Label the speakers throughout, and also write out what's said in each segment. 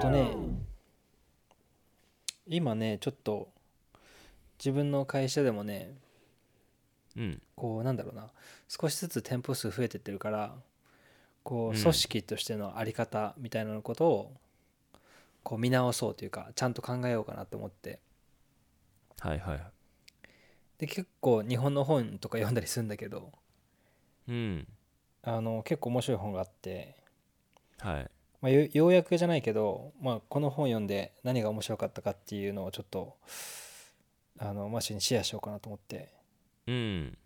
Speaker 1: とね今ねちょっと自分の会社でもね
Speaker 2: うん
Speaker 1: こうなんだろうな少しずつ店舗数増えてってるからこ
Speaker 2: う
Speaker 1: うん組織としての在り方みたいなのことをこう見直そうというかちゃんと考えようかなって思って
Speaker 2: はいはい
Speaker 1: で結構日本の本とか読んだりするんだけど
Speaker 2: うん
Speaker 1: あの結構面白い本があって、
Speaker 2: はい
Speaker 1: まあ、よようやくじゃないけど、まあ、この本読んで何が面白かったかっていうのをちょっとあのマッシュにシェアしようかなと思って
Speaker 2: うん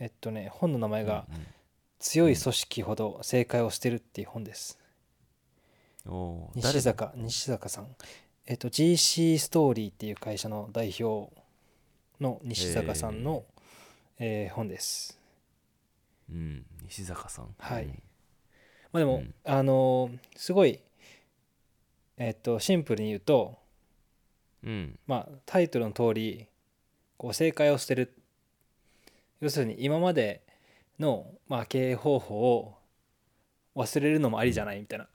Speaker 1: えっとね本の名前が
Speaker 2: うんうん
Speaker 1: 「強い組織ほど正解を捨てる」っていう本です。
Speaker 2: おー
Speaker 1: 西坂西坂さん、えっと GC ストーリーっていう会社の代表の西坂さんの、えー本です。
Speaker 2: うん西坂さん
Speaker 1: はい
Speaker 2: うん
Speaker 1: まあ、でも、
Speaker 2: うん
Speaker 1: あのーすごい、えっとシンプルに言うと、
Speaker 2: うん
Speaker 1: まあ、タイトルの通りこう正解を捨てる要するに今までの、まあ、経営方法を忘れるのもありじゃないみたいな。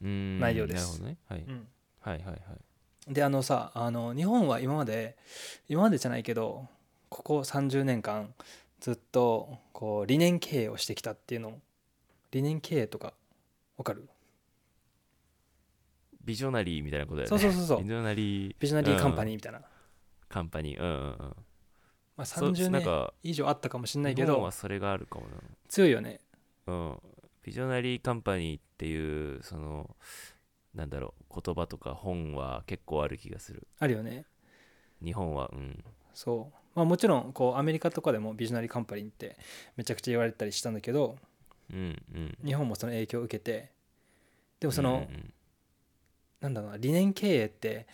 Speaker 2: うん
Speaker 1: 内容です
Speaker 2: なるほどねはい
Speaker 1: うん
Speaker 2: はいはいはい
Speaker 1: であのさあの日本は今まで今までじゃないけどここ30年間ずっとこう理念経営をしてきたっていうの理念経営とかわかる
Speaker 2: ビジョナリーみたいなことだよね
Speaker 1: そうそうそうそう
Speaker 2: ビジョナリー
Speaker 1: ビジョナリーカンパ
Speaker 2: ー
Speaker 1: ニーみたいな、
Speaker 2: カンパニーうんうんうん
Speaker 1: まあ、
Speaker 2: そう
Speaker 1: 30
Speaker 2: なん
Speaker 1: 年
Speaker 2: か
Speaker 1: 以上あったかもしれないけ
Speaker 2: 日本
Speaker 1: ど
Speaker 2: はそれがあるかも
Speaker 1: 強いよね
Speaker 2: なうんビジョナリーカンパニーっていうそのなんだろう言葉とか本は結構ある気がする
Speaker 1: あるよね
Speaker 2: 日本はうん
Speaker 1: そうまあもちろんこうアメリカとかでもビジョナリーカンパニーってめちゃくちゃ言われたりしたんだけど
Speaker 2: うんうん
Speaker 1: 日本もその影響を受けてでもそ
Speaker 2: うん
Speaker 1: の、
Speaker 2: うん
Speaker 1: なんだろうな理念経営って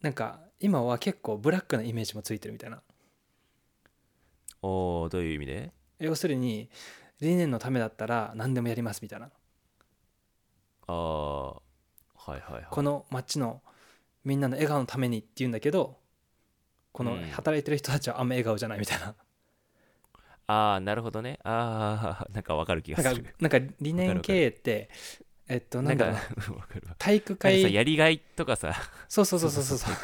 Speaker 1: なんか今は結構ブラックなイメージもついてるみたいな
Speaker 2: おおどういう意味で
Speaker 1: 要するに理念のためだったら何でもやりますみたいな
Speaker 2: ああはいはいはい
Speaker 1: この街のみんなの笑顔のためにって言うんだけどこの
Speaker 2: うん
Speaker 1: 働いてる人たちはあんま笑顔じゃないみたいな
Speaker 2: ああなるほどねあ あなんかわかる気が
Speaker 1: なん
Speaker 2: す
Speaker 1: か
Speaker 2: る
Speaker 1: なんか理念経営ってえっとな
Speaker 2: なんん
Speaker 1: だ
Speaker 2: か
Speaker 1: ろう
Speaker 2: わ
Speaker 1: な
Speaker 2: か るわ
Speaker 1: 体育
Speaker 2: なんかさ
Speaker 1: 会
Speaker 2: やりがいとかさ
Speaker 1: そうそうそうそうそうそう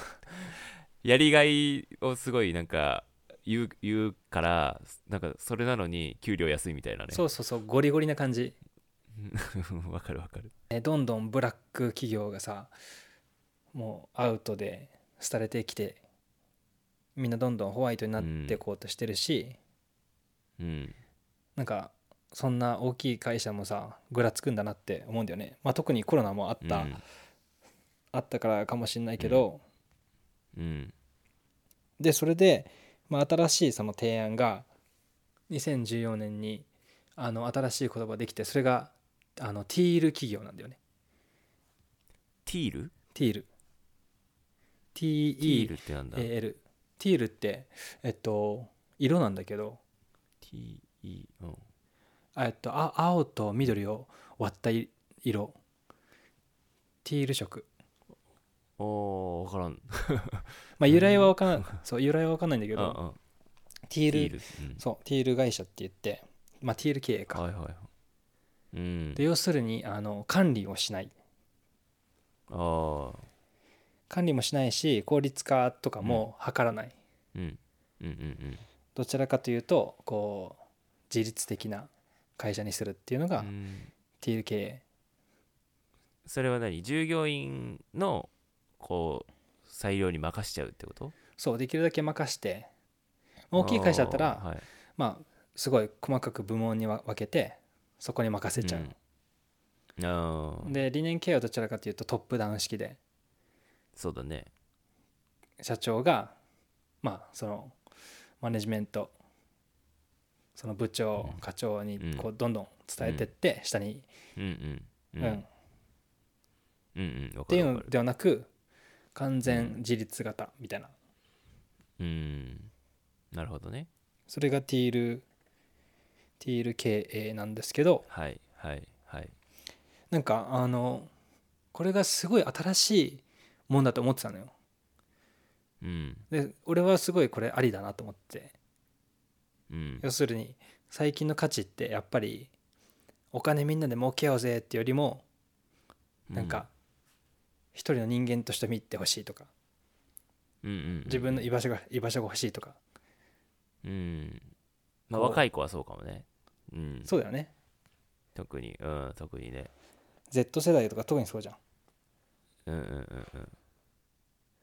Speaker 2: やりがいをすごいなんか言う言うからなんかそれなのに給料安いみたいなね
Speaker 1: そうそうそうゴリゴリな感じ
Speaker 2: うん わかるわかる
Speaker 1: えどんどんブラック企業がさもうアウトで廃れてきてみんなどんどんホワイトになってこうとしてるし、
Speaker 2: うん
Speaker 1: なんかそんな大きい会社もさぐらつくんだなって思うんだよね、まあ、特にコロナもあった、
Speaker 2: うん
Speaker 1: あったからかもしれないけど、
Speaker 2: うん
Speaker 1: でそれで、まあ、新しいその提案が2014年にあの新しい言葉できてそれがあのティール企業なんだよね
Speaker 2: ティール
Speaker 1: ティール
Speaker 2: ティ
Speaker 1: TEAL
Speaker 2: ールってなんだ、
Speaker 1: ティールってえっと色なんだけど
Speaker 2: ?TE うん
Speaker 1: あえっとあ青と緑を割ったい色ティール色
Speaker 2: おーわからん
Speaker 1: まあ由来は分からん そう由来は分かんないんだけ
Speaker 2: あ
Speaker 1: ど
Speaker 2: あ
Speaker 1: ティー
Speaker 2: テ
Speaker 1: ル
Speaker 2: ィール、うん
Speaker 1: そうティール会社って言ってまあティール経営か、
Speaker 2: はいはいはいうん
Speaker 1: で要するにあの管理をしない
Speaker 2: ああ
Speaker 1: 管理もしないし効率化とかも図らない、
Speaker 2: うんうんうんうん
Speaker 1: どちらかというとこう自律的な会社にするっていうのが、
Speaker 2: うん
Speaker 1: ティール経営
Speaker 2: それは何従業員のこう裁量に任しちゃうってこと
Speaker 1: そうできるだけ任してまあ大きい会社だったら
Speaker 2: あーはい
Speaker 1: まあすごい細かく部門にわ分けてそこに任せちゃう、
Speaker 2: うんあー
Speaker 1: で理念経営はどちらかというとトップダウン式で
Speaker 2: そうだね
Speaker 1: 社長がまあそのマネジメントその部長、
Speaker 2: うん
Speaker 1: 課長に
Speaker 2: うん
Speaker 1: こうどんどん伝えてって、下に、
Speaker 2: うん
Speaker 1: う
Speaker 2: うんんうんうんうんわ
Speaker 1: って
Speaker 2: か
Speaker 1: いう
Speaker 2: るわ
Speaker 1: の
Speaker 2: かる
Speaker 1: ではなく完
Speaker 2: うん
Speaker 1: 全自立型みたいな、
Speaker 2: うんなるほどね
Speaker 1: それがティールティール経営なんですけど
Speaker 2: はいはいはい
Speaker 1: なんかあのこれがすごい新しいもんだと思ってたのよ
Speaker 2: うん
Speaker 1: で俺はすごいこれありだなと思って
Speaker 2: うん
Speaker 1: 要するに最近の価値ってやっぱりお金みんなで儲けようぜってよりもなんか、一人の人間として見てほしいとか
Speaker 2: うんうんうん
Speaker 1: 自分の居場所が居場所が欲しいとか
Speaker 2: うんまあ
Speaker 1: こう
Speaker 2: 若い子はそうかもねうん
Speaker 1: そうだよね
Speaker 2: 特にうん特にね
Speaker 1: Z 世代とか特にそうじゃん
Speaker 2: うんうんうんうん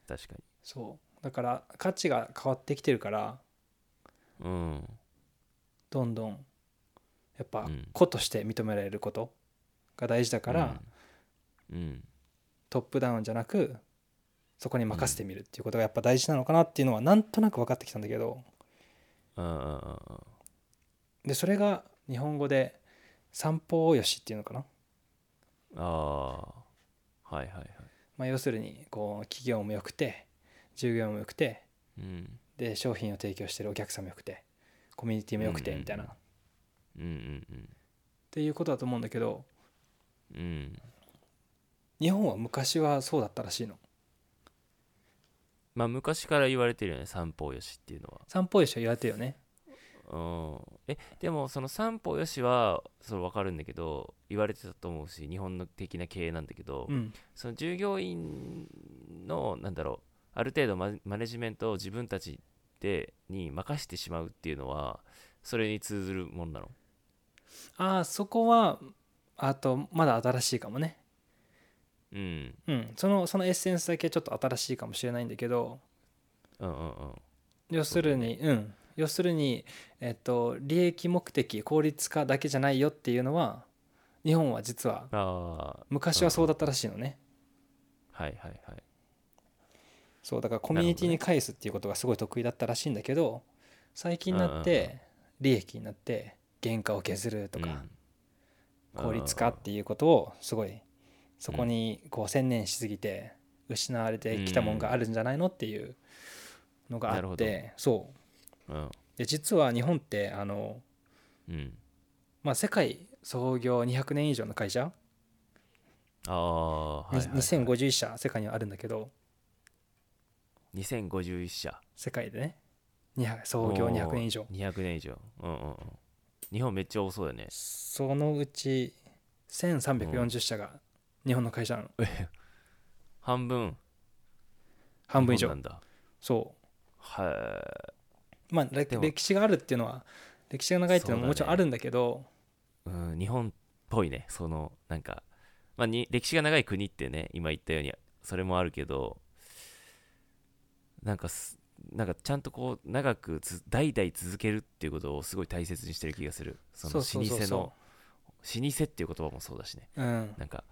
Speaker 2: 確か
Speaker 1: そうだから価値が変わってきてるから
Speaker 2: にうん
Speaker 1: どんどんやっぱ
Speaker 2: うん
Speaker 1: 子として認められることが大事だから、
Speaker 2: うん、うん
Speaker 1: トップダウンじゃなくそこに任せてみるっていうことがやっぱ大事なのかなっていうのはなんとなく分かってきたんだけど
Speaker 2: うんうんうんうん
Speaker 1: でそれが日本語で「散歩よし」っていうのかな、
Speaker 2: ああはいはいはい
Speaker 1: まあ、要するにこう企業もよくて従業もよくて
Speaker 2: うん
Speaker 1: で商品を提供してるお客さんもよくてコミュニティもよくてみたいな、
Speaker 2: うん
Speaker 1: っ
Speaker 2: うんうん
Speaker 1: ていうことだと思うんだけど
Speaker 2: うんうん
Speaker 1: 日本は昔はそうだったらしいの
Speaker 2: まあ昔から言われてるよね三方よしっていうのは
Speaker 1: 散歩よしは言われてるよね
Speaker 2: うん、えでもその三方よしはそれ分かるんだけど言われてたと思うし日本の的な経営なんだけど、
Speaker 1: うん
Speaker 2: その従業員のなんだろうある程度ママネジメントを自分たちでに任してしまうっていうのはそれに通ずるもんなの
Speaker 1: ああそこはあとまだ新しいかもね
Speaker 2: うん
Speaker 1: うんそのそのエッセンスだけちょっと新しいかもしれないんだけど
Speaker 2: うんうんうん
Speaker 1: 要するにう,、ん要するにえっと利益目的効率化だけじゃないよっていうのは日本は実は
Speaker 2: ああ
Speaker 1: 昔はそうだったらしいのね、
Speaker 2: はいはいはい
Speaker 1: そうだからコミュニティに返すっていうことがすごい得意だったらしいんだけど最近になっ
Speaker 2: うんうん
Speaker 1: て利益になって原価を削るとか
Speaker 2: うん
Speaker 1: 効率化っていうことをすごいそこにこう専念しすぎて失われてきたもんがあるんじゃないのっていうのが
Speaker 2: なる
Speaker 1: あっ
Speaker 2: ほど
Speaker 1: てそう
Speaker 2: うん
Speaker 1: で実は日本ってあの
Speaker 2: うん
Speaker 1: まあ、世界創業200年以上の会社、
Speaker 2: ああはいはい、はい、
Speaker 1: 2051社世界にはあるんだけど
Speaker 2: 2051社
Speaker 1: 世界でね200創業200年以上
Speaker 2: おー200年以上うんうんうん日本めっちゃ多そうだよね
Speaker 1: そのうち1340社が日本の会社なの
Speaker 2: 半分
Speaker 1: 半分以
Speaker 2: 日
Speaker 1: 上
Speaker 2: 本なんだ
Speaker 1: そ
Speaker 2: は
Speaker 1: うまあれ
Speaker 2: でも
Speaker 1: 歴史があるっていうのは歴史が長いっていうのももちろんあるんだけど
Speaker 2: い、うん、日本っぽいねそのなんか、まあ、に歴史が長い国ってね今言ったようにそれもあるけどなんかすなんかちゃんとこう長くつ代々続けるっていうことをすごい大切にしてる気がするその老舗
Speaker 1: そ
Speaker 2: の
Speaker 1: うそうそうそ
Speaker 2: 老舗っていう言葉もそうだしね
Speaker 1: う、うん、
Speaker 2: なんか、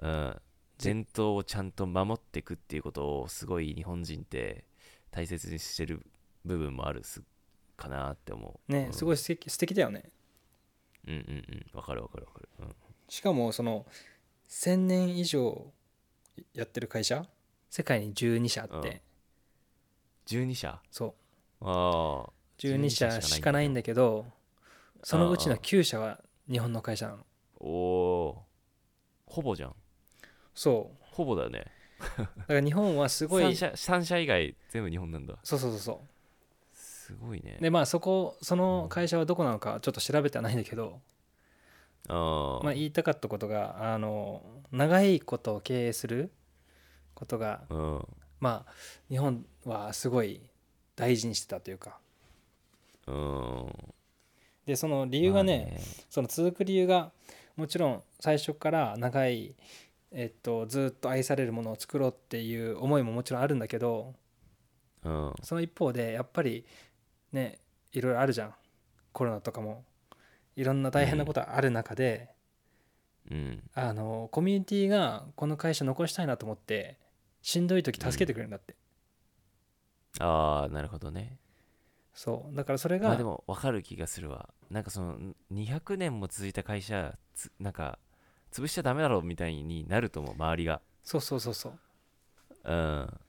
Speaker 2: うん、伝統をちゃんと守っていくっていうことをすごい日本人って大切にしてる部分もあるすかなって思う。
Speaker 1: ね
Speaker 2: うん、
Speaker 1: すごい素敵素敵だよね
Speaker 2: うんうんうん、わかるわかるわかる。うん、
Speaker 1: しかもその1000年以上やってる会社世界に12社あって、
Speaker 2: うん12社
Speaker 1: そう
Speaker 2: ああ、
Speaker 1: 12
Speaker 2: 12
Speaker 1: 社
Speaker 2: 社
Speaker 1: し
Speaker 2: し
Speaker 1: か
Speaker 2: か
Speaker 1: な
Speaker 2: ないい
Speaker 1: ん
Speaker 2: ん
Speaker 1: だ
Speaker 2: だ
Speaker 1: けどそのうちの
Speaker 2: ああ
Speaker 1: 9社は日本の会社なの
Speaker 2: おおー、ほぼじゃん。
Speaker 1: そう
Speaker 2: ほぼだよね。
Speaker 1: だから日本はすご
Speaker 2: 3
Speaker 1: い
Speaker 2: 社 ,3 社以外全部日本なんだ。
Speaker 1: そうそうそうそ
Speaker 2: すごいね
Speaker 1: う。でまあそこその会社はどこなのかちょっと調べてはないんだけど、
Speaker 2: ああ、
Speaker 1: まあ、言いたかったことがあの長いことを経営することが
Speaker 2: うん。
Speaker 1: まあ日本はすごい大事にしてたというか
Speaker 2: うん。
Speaker 1: でその理由がね,、
Speaker 2: まあね
Speaker 1: その続く理由がもちろん最初から長い、えっと、ずっと愛されるものを作ろうっていう思いももちろんあるんだけど
Speaker 2: うん。
Speaker 1: その一方でやっぱりねいろいろあるじゃんコロナとかもいろんな大変なことがある中で、
Speaker 2: うん。
Speaker 1: あのコミュニティがこの会社残したいなと思ってしんどい時助けてくれるんだって、
Speaker 2: ああ、なるほどね。
Speaker 1: そうだからそれが、
Speaker 2: まあでも分かる気がするわなんかそのん200年も続いた会社つなんか潰しちゃダメだろうみたいになると思う周りが
Speaker 1: そうそうそうそう
Speaker 2: うん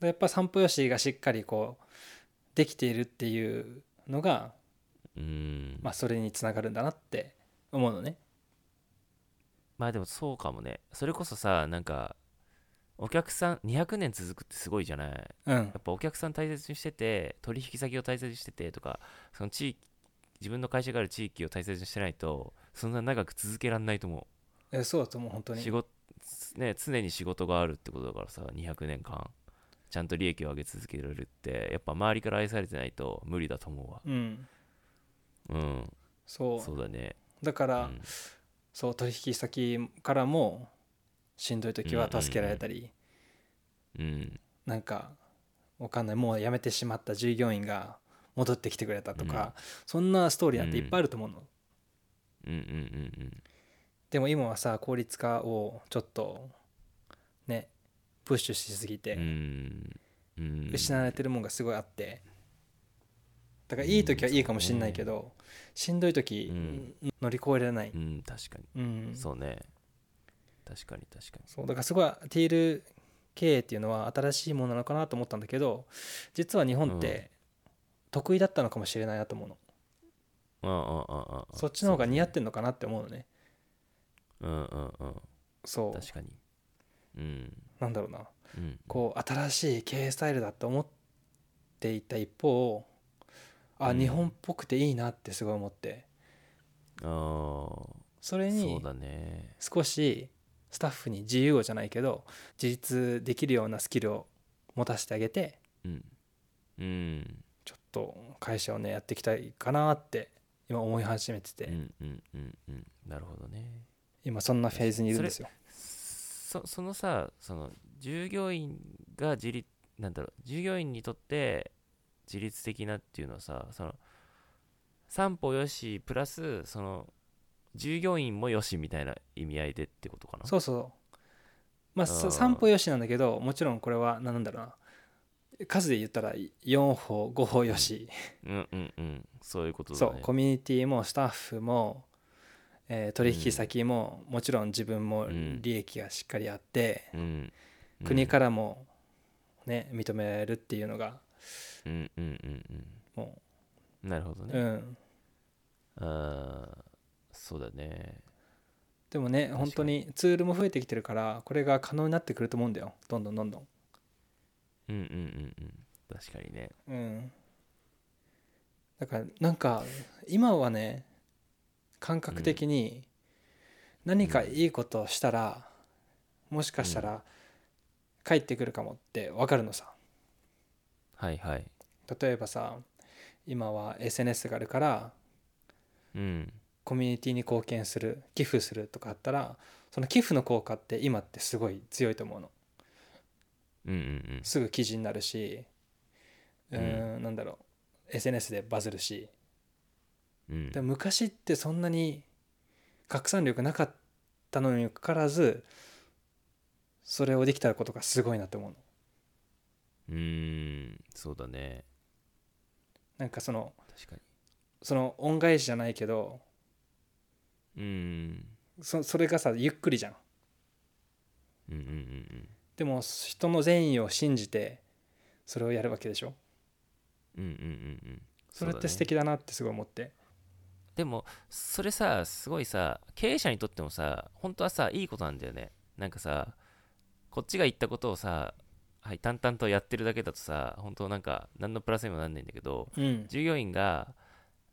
Speaker 1: でやっぱ散歩よしがしっかりこうできているっていうのが、
Speaker 2: うん
Speaker 1: まあ、それにつながるんだなって思うのね
Speaker 2: まあでもそうかもねそれこそさなんかお客さん200年続くってすごいじゃない
Speaker 1: う
Speaker 2: や
Speaker 1: ん
Speaker 2: っぱお客さん大切にしてて取引先を大切にしててとかその地域自分の会社がある地域を大切にしてないとそんな長く続けられないと思
Speaker 1: えそうだと思う本当
Speaker 2: う
Speaker 1: に
Speaker 2: 仕事つね、常に仕事があるってことだからさ200年間ちゃんと利益を上げ続けられるってやっぱ周りから愛されてないと無理だと思うわ
Speaker 1: うん
Speaker 2: うん
Speaker 1: そう
Speaker 2: そうだね
Speaker 1: だか
Speaker 2: う
Speaker 1: ら、
Speaker 2: ん
Speaker 1: そう取引先からもしんどい時は助けられたり、
Speaker 2: うん
Speaker 1: なんかわかんないもう辞めてしまった従業員が戻ってきてくれたとか、そんなストーリーなんていっぱいあると思うの、
Speaker 2: うんうんうん
Speaker 1: でも今はさ効率化をちょっとねプッシュしすぎ
Speaker 2: うんう
Speaker 1: て
Speaker 2: んうん
Speaker 1: 失われてるもんがすごいあってだからいい時はいいかもしんないけど、しんどい時、
Speaker 2: うん
Speaker 1: 乗り越えられない、
Speaker 2: うん確かに
Speaker 1: うん、
Speaker 2: そうね確かに確かに
Speaker 1: そうだからすごいティール経営っていうのは新しいものなのかなと思ったんだけど実は日本って得意だったのかもしれないなと思うの、
Speaker 2: ああああああ
Speaker 1: そっちの方が似合っ
Speaker 2: そ
Speaker 1: てんのかなって思うのね
Speaker 2: ううんうんうん
Speaker 1: そう
Speaker 2: 確かにうん
Speaker 1: なんだろうな
Speaker 2: うん
Speaker 1: こう新しい経営スタイルだと思っていた一方あ、
Speaker 2: うん
Speaker 1: 日本っぽくていいなってすごい思って
Speaker 2: ああそ
Speaker 1: それ
Speaker 2: う
Speaker 1: に
Speaker 2: だね
Speaker 1: 少しスタッフに自由をじゃないけど自立できるようなスキルを持たせてあげて
Speaker 2: うんうん
Speaker 1: ちょっと会社をねやっていきたいかなって今思い始めてて、
Speaker 2: うんうんうんうんなるほどね
Speaker 1: 今そんなフェーズにいるんですよ。
Speaker 2: そそのさその従業員が自立なんだろう従業員にとって自律的なっていうのはさその三歩よしプラスその従業員もよしみたいな意味合いでってことかな
Speaker 1: そうそうまあ
Speaker 2: あ
Speaker 1: さ
Speaker 2: ー
Speaker 1: 散歩よしなんだけどもちろんこれは何なんだろうな数で言ったら4歩5歩よし、
Speaker 2: うんうんうんそういうことだ
Speaker 1: そう
Speaker 2: ね
Speaker 1: コミュニティもスタッフも、えー取引先も、もちろん自分も
Speaker 2: うん
Speaker 1: 利益がしっかりあって、
Speaker 2: うん
Speaker 1: 国かららもね認めるっていうのが
Speaker 2: うんうんうん
Speaker 1: も
Speaker 2: うんなるほど
Speaker 1: う、
Speaker 2: ね
Speaker 1: うん
Speaker 2: あーそうだね
Speaker 1: でもね
Speaker 2: かに
Speaker 1: 本当にツールも増えてきてるからこれが可能になってくると思うんだよどんどんどんどん
Speaker 2: うんうんうんうん確かにね
Speaker 1: うんだからなんか今はね感覚的に何かいいことをしたら、もしかしたら帰ってくるかもって分かるのさ
Speaker 2: はいはい
Speaker 1: 例えばさ今は SNS があるから
Speaker 2: うん
Speaker 1: コミュニティに貢献する寄付するとかあったらその寄付の効果って今ってすごい強いと思うの
Speaker 2: うんうんうん
Speaker 1: すぐ記事になるしうーんなんだろう SNS でバズるし
Speaker 2: うん
Speaker 1: でも昔ってそんなに拡散力なかったのにもかかわらずそれをできたことがすごいなって思うの
Speaker 2: うーんそうだね
Speaker 1: なんかその
Speaker 2: 確か
Speaker 1: その恩返しじゃないけど
Speaker 2: にうーん
Speaker 1: そそれがさゆっくりじゃん
Speaker 2: うんうんうん
Speaker 1: でも人の善意を信じてそれをやるわけでしょ
Speaker 2: うんうんうんうんうん
Speaker 1: それっ
Speaker 2: う
Speaker 1: て
Speaker 2: だ
Speaker 1: 素
Speaker 2: ね
Speaker 1: 敵だなってすごい思って
Speaker 2: でもそれさすごいさ経営者にとってもさ本当はさいいことなんだよねなんかさこっちが言ったことをさはい淡々とやってるだけだとさ本当なんか何のプラスにもなんないんだけど
Speaker 1: うん
Speaker 2: 従業員が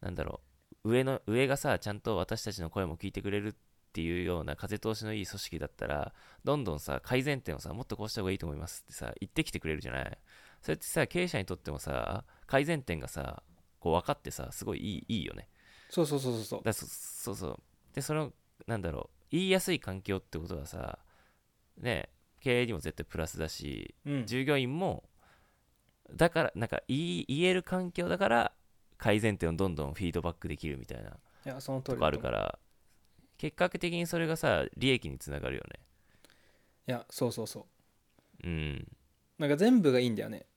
Speaker 2: なんだろう上の上がさちゃんと私たちの声も聞いてくれるっていうような風通しのいい組織だったらどんどんさ改善点をさもっとこうした方がいいと思いますってさ言ってきてくれるじゃないそれってさ経営者にとってもさ改善点がさこう分かってさすごいいいいいよね
Speaker 1: そうそうそうそうそう
Speaker 2: だそそうそうでそのなんだろう言いやすい環境ってことはさね経営にも絶対プラスだし
Speaker 1: うん
Speaker 2: 従業員もだからなんか言い言える環境だから改善点をどんどんフィードバックできるみたいない
Speaker 1: やその通
Speaker 2: と
Speaker 1: り
Speaker 2: こ
Speaker 1: だと
Speaker 2: ある
Speaker 1: 思う
Speaker 2: から結果的にそれがさ利益につながるよ
Speaker 1: いやそうそうそ
Speaker 2: ねうん
Speaker 1: うなんか全部がいいんだよね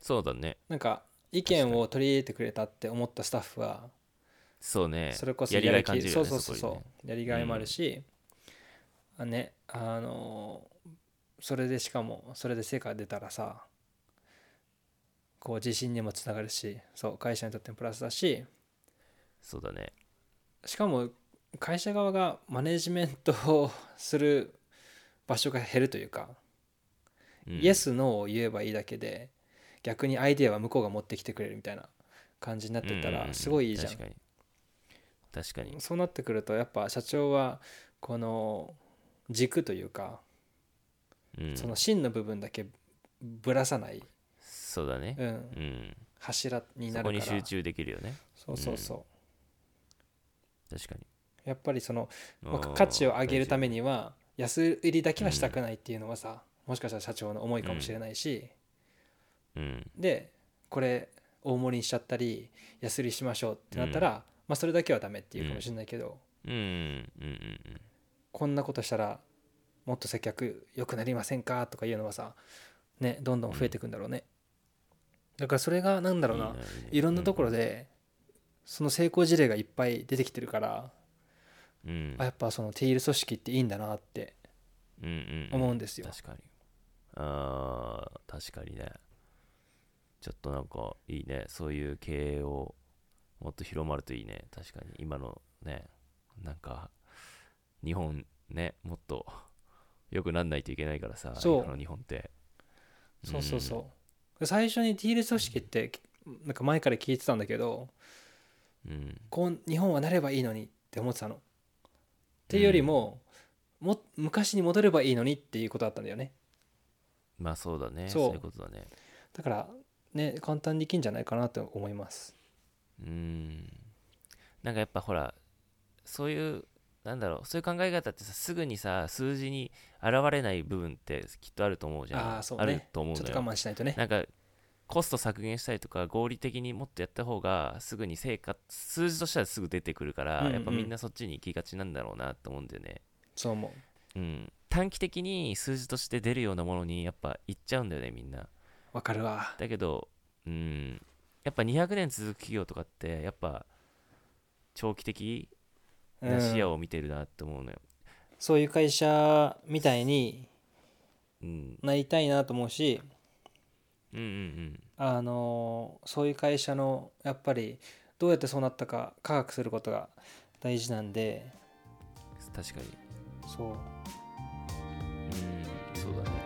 Speaker 2: そうだね
Speaker 1: なんか意見を取り入れてくれたって思ったスタッフは
Speaker 2: そうね
Speaker 1: それこそ
Speaker 2: やりがい感じるよね
Speaker 1: そうそうそう
Speaker 2: こ
Speaker 1: そ
Speaker 2: にね
Speaker 1: うやりがいもあるし、あねあのそれでしかもそれで成果が出たらさこう自信にもつながるしそう会社にとってもプラスだし
Speaker 2: そうだね
Speaker 1: しかも会社側がマネジメントをする場所が減るというか、
Speaker 2: うん
Speaker 1: イエスノーを言えばいいだけで逆にアイデアは向こうが持ってきてくれるみたいな感じになってた
Speaker 2: うんうんう
Speaker 1: ら
Speaker 2: ん
Speaker 1: すごいいいじゃん
Speaker 2: 確かに確かに
Speaker 1: そうなってくるとやっぱ社長はこの軸というか、
Speaker 2: うん、
Speaker 1: その芯の部分だけぶらさない、
Speaker 2: そうだね
Speaker 1: う、ん
Speaker 2: うん、
Speaker 1: 柱にな
Speaker 2: そ
Speaker 1: る
Speaker 2: こ
Speaker 1: から
Speaker 2: に集中できるよね
Speaker 1: そうそうそう、
Speaker 2: 確かに
Speaker 1: やっぱりそのまあ
Speaker 2: うん
Speaker 1: 価値を上げるためには安売りだけはしたくないっていうのはさ、もしかしたら社長の思いかもしれないし、
Speaker 2: うん
Speaker 1: でこれ大盛りにしちゃったり安売りしましょうってなったら、まあ、それだけはダメっていうかもしれないけど、
Speaker 2: うんうんうんうん
Speaker 1: こんなことしたらもっと接客良くなりませんかとかいうのはさねどんどん増えていくんだろうね、だからそれがなんだろうな、いろんなところ
Speaker 2: で、
Speaker 1: でその成功事例がいっぱい出てきてるから、
Speaker 2: うんうん
Speaker 1: あやっぱそのティール組織っていいんだなって
Speaker 2: うんうん
Speaker 1: 思うんですよ、
Speaker 2: 確かにあー確かにねちょっとなんかいいねそういう経営をもっと広まるといいね確かに今のねなんか日本ねもっと良くなんないといけないからさ
Speaker 1: そう
Speaker 2: 今の日本って
Speaker 1: そうそうそうで最初にティール組織ってなんか前から聞いてたんだけど
Speaker 2: うん
Speaker 1: こう日本はなればいいのにって思ってたのっていうよりも,、も昔に戻ればいいのにっていうことだったんだよね
Speaker 2: まあそうだね
Speaker 1: そう
Speaker 2: そういうことだね
Speaker 1: だからね簡単にできんじゃないかなと思います
Speaker 2: うんなんかやっぱほらそういうなんだろうそういう考え方ってさすぐにさ数字に現れない部分ってきっとあると思うじゃん
Speaker 1: あーそうね
Speaker 2: あると思う
Speaker 1: ちょっ
Speaker 2: の
Speaker 1: と
Speaker 2: よ
Speaker 1: 我慢しないとね
Speaker 2: なんかコスト削減したりとか合理的にもっとやった方がすぐに成果数字としてはすぐ出てくるから、
Speaker 1: うんうん
Speaker 2: やっぱみんなそっちに行きがちなんだろうなと思うんだよね、
Speaker 1: そう思
Speaker 2: うん、短期的に数字として出るようなものにやっぱ行っちゃうんだよねみんな
Speaker 1: うわかるわ
Speaker 2: だけどうんやっぱ200年続く企業とかってやっぱ長期的な視野
Speaker 1: うん
Speaker 2: を見てるなって思うのよ、
Speaker 1: そういう会社みたいに
Speaker 2: うん、うん
Speaker 1: なりたいなと思うし
Speaker 2: うんうん
Speaker 1: あのーそういう会社のやっぱりどうやってそうなったか科学することが大事なんで
Speaker 2: 確かに
Speaker 1: そう
Speaker 2: うんそうだね